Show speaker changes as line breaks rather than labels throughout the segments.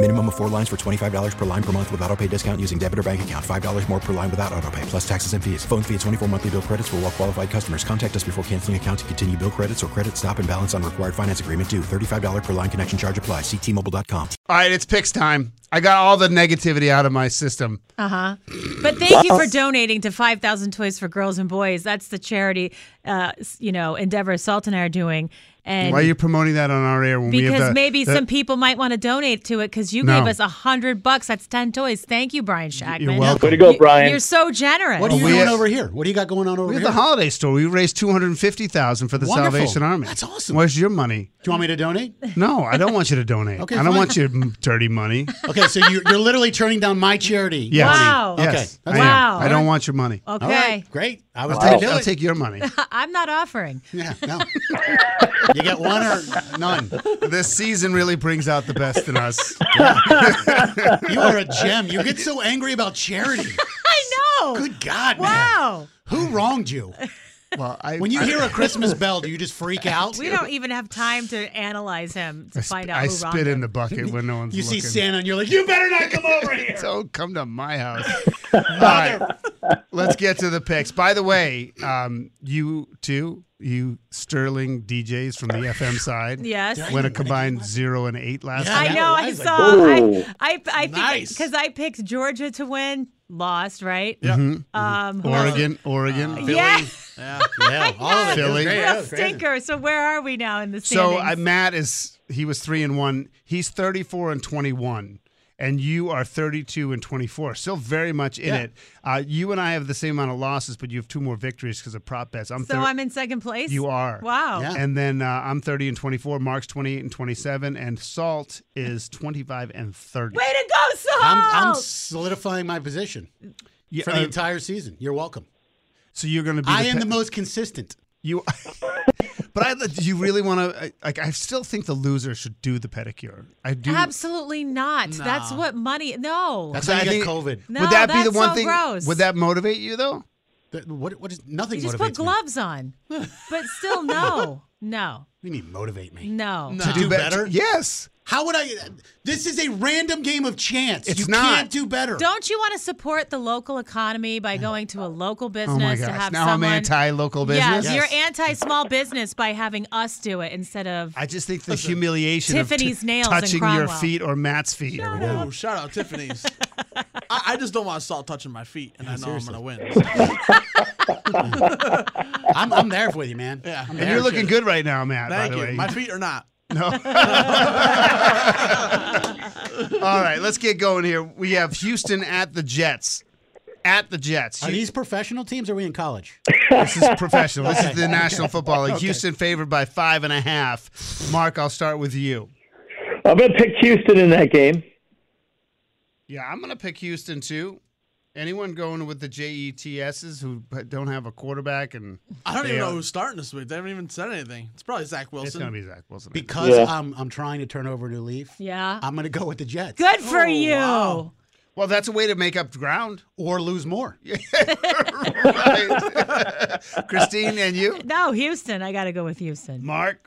Minimum of four lines for $25 per line per month with auto pay discount using debit or bank account. $5 more per line without auto pay, plus taxes and fees. Phone fee at 24 monthly bill credits for all well qualified customers. Contact us before canceling account to continue bill credits or credit stop and balance on required finance agreement due. $35 per line connection charge apply. Ctmobile.com.
All right, it's picks time. I got all the negativity out of my system.
Uh huh. But thank you for donating to 5,000 Toys for Girls and Boys. That's the charity, uh, you know, Endeavor Salt and I are doing. And
Why are you promoting that on our air when we have
because
the-
maybe
the-
some people might want to donate to it because you
No.
gave us a hundred bucks. That's ten toys. Thank you, Brian Shackman.
You're welcome.
Way to go, Brian.
You're so generous.
What are you
Oh, We-
doing over here? What do you got going on over
We
here?
have the holiday store. We raised two hundred and fifty thousand for the
Wonderful.
Salvation Army.
That's awesome.
Where's your money?
do you want me to donate?
No, I don't want you to donate.
Okay,
I don't
fine.
want your mm, dirty money.
Okay, so you're, you're literally turning down my charity.
Yes.
Wow.
Okay,
Yes,
that's
I am.
Wow.
I don't want your money.
okay, Uh,
All right, great. I was
I'll,
going
take,
to do
I'll
it.
take your money.
I'm not offering.
yeah, no. you get one or none.
this season really brings out the best in us.
You are a gem. You get so angry about charity.
I know.
Good God,
wow.
man. Who wronged you?
Well, I,
When you
I-
hear a Christmas bell, do you just freak out?
We don't even have time to analyze him to
I,
find
sp-
out.
I
who wronged
spit in
him.
the bucket when no one's
You see
looking.
Santa and you're like, you better not come over here.
Don't come to my house. All right, let's get to the picks. By the way, um, you two, you sterling DJs from the FM side,
Yes.
went a combined zero and eight last
Yeah.
I
night.
know.
I
I
was like,
saw.
"Ooh."
I I, I think
Nice.
because I picked Georgia to win, lost. Right.
Mm-hmm.
Mhm.
Um. who else?
Oregon, Oregon.
Yeah.
Yeah, yeah,
Oh
all of it.
Philly.
Great,
Real
yeah, great.
stinker. So where are we now in the standings?
So uh, Matt is he was three and one. He's thirty four and twenty one, and you are thirty two and twenty four. Still very much in
Yeah.
it. Uh, you and I have the same amount of losses, but you have two more victories because of prop bets. I'm
so
thir-
I'm in second place.
You are.
Wow.
Yeah.
And then uh, I'm 30 and 24. Mark's 28 and 27. And Salt is 25 and 30.
Way to go, Salt.
I'm, I'm
Oh.
solidifying my position
Yeah,
for the
uh,
entire season. You're welcome.
so you're going to be.
I am
pe-
the most consistent.
You. but I. Do you really want to? Like, I still think the loser should do the pedicure. I do.
Absolutely not. That's what money. No.
That's
So
why you
I
get
think-
COVID.
no,
would that be the
that's
one
so
thing?
Gross.
Would that motivate you though?
That- What, what is nothing
You just
motivates
put gloves on, but still no, no,
me. You need motivate me.
no.
To do
be-
better?
Yes.
How would I? This is a random game of chance.
It's
you
not.
can't do better.
Don't you want to support the local economy by going to a local business
Oh my
to
gosh.
have
Now
someone?
I'm anti-local business.
Yes, you're anti-small business by having us do it instead of.
I just think the humiliation of
Tiffany's
t-
nails in
touching your
Cromwell.
feet or Matt's feet. or whatever.
Ooh, shout out Tiffany's. I, I just don't want salt touching my feet, and I know I'm gonna win.
I'm, I'm there with you, man. Yeah. I'm
And
there.
you're looking good right now, Matt. by
Thank
the
you.
way.
My feet are not.
All right, let's get going here. We have Houston at the Jets. At the Jets.
Are these professional teams? Or are we in college?
This is professional. This is the National Football League. Houston favored by five and a half. Mark, I'll start with you.
I'm going to pick Houston in that game.
Yeah, I'm going to pick Houston too. Anyone going with the JETSs who don't have a quarterback and
I don't even
They are-
know who's starting this week. They haven't even said anything. It's probably Zach Wilson.
it's going to be Zach Wilson.
Because
Yeah.
I'm I'm trying to turn over a new leaf.
yeah.
I'm gonna go with the Jets.
Good for you.
Well, that's a way to make up ground.
Or lose more.
Right. Christine and you?
No, Houston. I got to go with Houston.
Mark?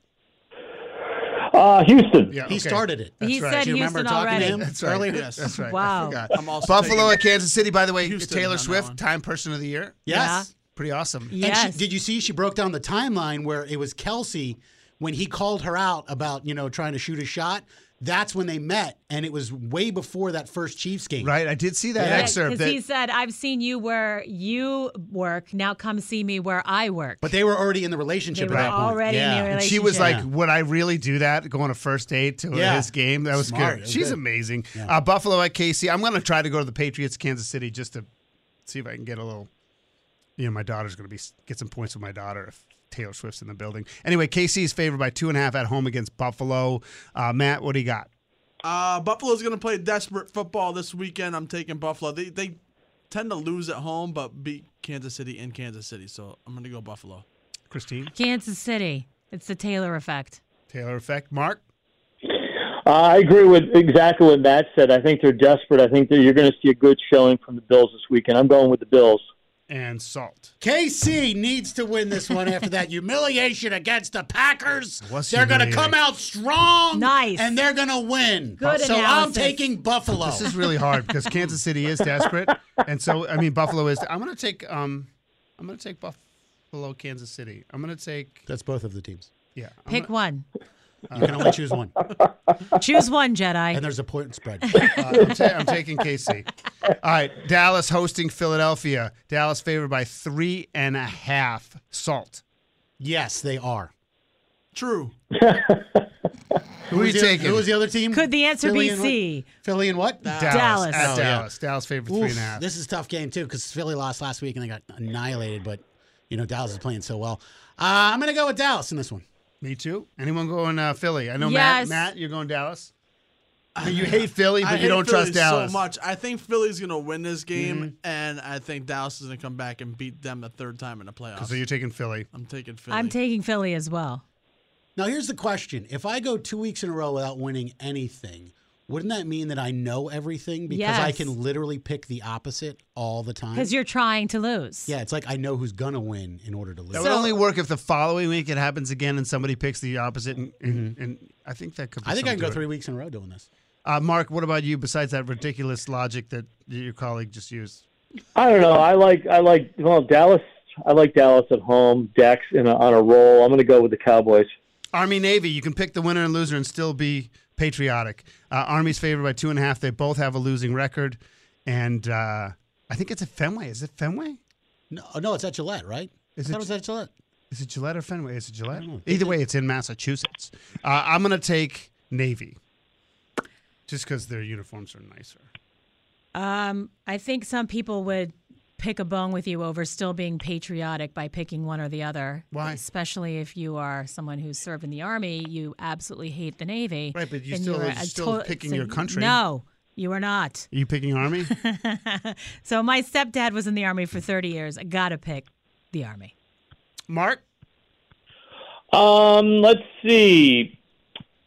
Uh, Houston.
Yeah,
He
okay.
started it.
He
right.
said
Do you
Houston
remember talking
already.
to him
That's right.
earlier?
Yes.
That's right. I
Wow.
forgot.
I'm also
Buffalo
taking-
at Kansas City. By the way,
Houston
Taylor
on that
Swift,
one.
Time Person of the Year.
Yes.
Pretty awesome.
And
Yes.
she, did you see she broke down the timeline where it was Kelsey when he called her out about, you know, trying to shoot a shot? That's when they met, and it was way before that first Chiefs game.
Right, I did see that excerpt.
Because
That,
he said, I've seen you where you work. Now come see me where I work.
But they were already in the relationship
They
at
were
that point.
already in Yeah. their
and she was like,
relationship.
"Would I really do that? Go on a first date to
Yeah.
his game? That was
Smart.
good.
That was
She's
good.
amazing." Uh, Buffalo at KC. I'm going to try to go to the Patriots, Kansas City, just to see if I can get a little. You know, my daughter's going to be get some points with my daughter if Taylor Swift's in the building. Anyway, KC is favored by two and a half at home against Buffalo. Uh, Matt, what do you got?
Uh, Buffalo's going to play desperate football this weekend. I'm taking Buffalo. They they tend to lose at home, but beat Kansas City in Kansas City. So I'm going to go Buffalo.
Christine,
Kansas City. It's the Taylor effect.
Taylor effect. Mark,
Uh, I agree with exactly what Matt said. I think they're desperate. I think that you're going to see a good showing from the Bills this weekend. I'm going with the Bills.
and Salt.
KC needs to win this one after that humiliation against the Packers.
was
they're going to
humiliating.
come out strong.
Nice.
And they're going to win.
Good
so I'm
analysis.
taking Buffalo.
This is really hard because Kansas City is desperate, and so I mean Buffalo is. I'm going to take. Um, I'm going to take Buffalo, Kansas City. I'm going to take.
That's both of the teams.
Yeah. I'm
Pick one.
Uh,
You can only choose one.
Choose one,
And
Jedi.
there's a point spread.
Uh, I'm, ta- I'm taking KC. All right, Dallas hosting Philadelphia. Dallas favored by three and a half. Salt.
yes, they are.
True.
Who are you
was the-
taking?
Who was the other team?
Could the answer
Philly
be
and
C?
what- Philly and what?
Dallas.
At
Oh, yeah.
Dallas. Dallas favored three
Oof,
and a half.
This is a tough game too because Philly lost last week and they got annihilated. But you know Dallas is playing so well. Uh, I'm gonna go with Dallas in this one.
Me too. Anyone going uh, Philly? I know
Yes.
Matt. Matt, you're going Dallas. I mean, you hate Philly, but
I
you
hate
don't
Philly
trust Dallas. Mm-hmm.
so much. I think Philly's going to win this game, and I think Dallas is going to come back and beat them the third time in the playoffs.
So you're taking Philly.
I'm taking Philly.
I'm taking Philly as well.
Now here's the question: If I go two weeks in a row without winning anything, wouldn't that mean that I know everything because I
Yes.
can literally pick the opposite all the time?
Because you're trying to lose.
yeah, it's like I know who's gonna win in order to lose.
That would only work if the following week it happens again and somebody picks the opposite. And, and, and I think that could. Be
Mm-hmm. I think I
something
can go
to it.
three weeks in a row doing this.
Uh, Mark, what about you? Besides that ridiculous logic that your colleague just used,
I don't know. I like I like well Dallas. I like Dallas at home. Dax in a, on a roll. I'm going to go with the Cowboys.
Army Navy. You can pick the winner and loser and still be patriotic. Uh, Army's favored by two and a half. They both have a losing record, and uh, I think it's at Fenway. Is it Fenway?
No, oh, no, it's at Gillette, right?
Is
I
it-
thought was at Gillette.
Is it Gillette or Fenway? Is it Gillette?
know.
Either way, it's in Massachusetts. Uh, I'm gonna take Navy, just because their uniforms are nicer.
Um, I think some people would pick a bone with you over still being patriotic by picking one or the other.
Why?
Especially if you are someone who's served in the army, you absolutely hate the Navy.
Right, but you
then
still-
are
you're
a
still picking your country.
No, you are not.
Are you picking Army?
so my stepdad was in the army for 30 years. I gotta pick the army.
Mark.
Um, let's see.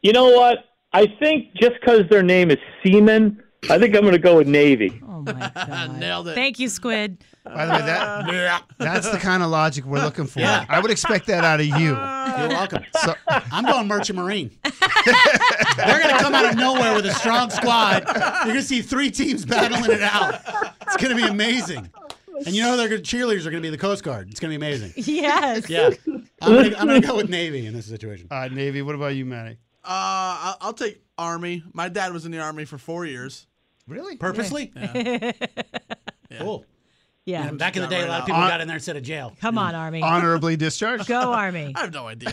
You know what? I think just because their name is Seaman, I think I'm going to go with Navy.
Oh my god.
Nailed it.
Thank you, Squid.
By the way, that that's the kind of logic we're looking for.
Yeah.
I would expect that out of
Uh,
you.
You're welcome.
So,
I'm going Merchant Marine. They're going to come out of nowhere with a strong squad. You're going to see three teams battling it out. It's going to be amazing. And you know they're gonna, cheerleaders are going to be the Coast Guard. It's going to be amazing.
Yes.
Yeah, I'm going to go with Navy in this situation.
uh, Navy, what about you, Matty?
Uh, I'll, I'll take Army. My dad was in the Army for four years.
Really?
Purposely? Cool.
Yeah.
And back in the day, a lot of people got in there instead of jail.
Come on, army.
Honorably discharged.
Go army.
I have no idea.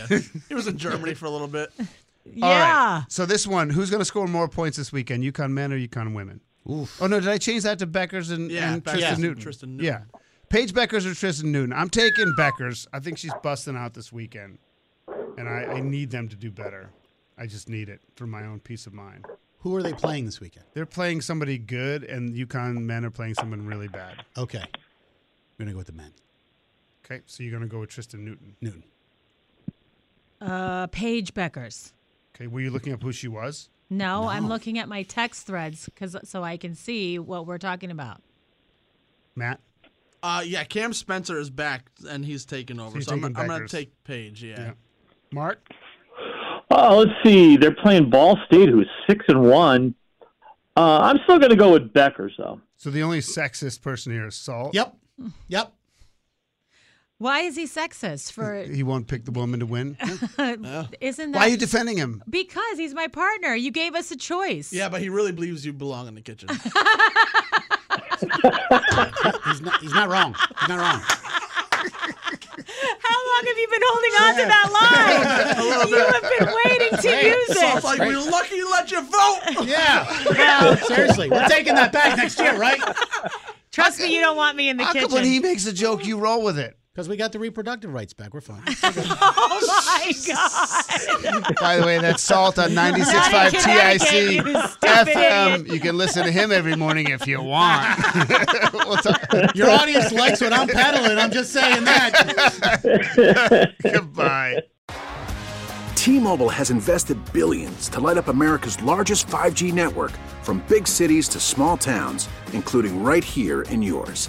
he was in Germany for a little bit.
All right.
yeah.
So this one, who's going to score more points this weekend, Yukon men or Yukon women? Oh no, did I change that to Beckers and,
Yeah,
and
Beckers
Tristan
and
Newton?
Tristan Newton.
Yeah. Paige Beckers or Tristan Newton? I'm taking Beckers. I think she's busting out this weekend, and I, I need them to do better. I just need it for my own peace of mind.
Who are they playing this weekend?
They're playing somebody good, and Yukon men are playing someone really bad.
Okay. We're going to go with the men.
Okay, so you're going to go with Tristan Newton.
Newton.
Uh, Paige Beckers.
Okay, were you looking up who she was?
No, I'm looking at my text threads because so I can see what we're talking about.
Matt?
Uh, yeah, Cam Spencer is back and he's taken over.
you're
So, I'm,
taking
gonna- I'm going
Beckers.
to take Paige. Yeah.
Yeah. Mark?
Oh, let's see. They're playing Ball State, who's six and one. Uh, I'm still going to go with Beckers, though.
So the only sexist person here is Salt.
Yep. Yep.
Why is he sexist? For
He won't pick the woman to win.
isn't that
Why are you defending him?
Because he's my partner. You gave us a choice.
Yeah, but he really believes you belong in the kitchen.
He's not, he's not wrong. He's not wrong.
How long have you been holding on to that line? you have been waiting to use it.
Sounds like we were lucky to let you vote.
Yeah. Well, seriously, we're taking that back next year, right?
Trust me, you don't want me in the
How
kitchen.
come when he makes a joke, you roll with it?
Because we got the reproductive rights back. We're fine.
oh my god!
By the way, that's Salt on 96.5
Not in Connecticut,
TIC
you stupid
FM.
idiot.
You can listen to him every morning if you want. We'll talk-
Your audience likes what I'm peddling. I'm just saying that.
Goodbye.
T-Mobile has invested billions to light up America's largest 5G network from big cities to small towns, including right here in yours.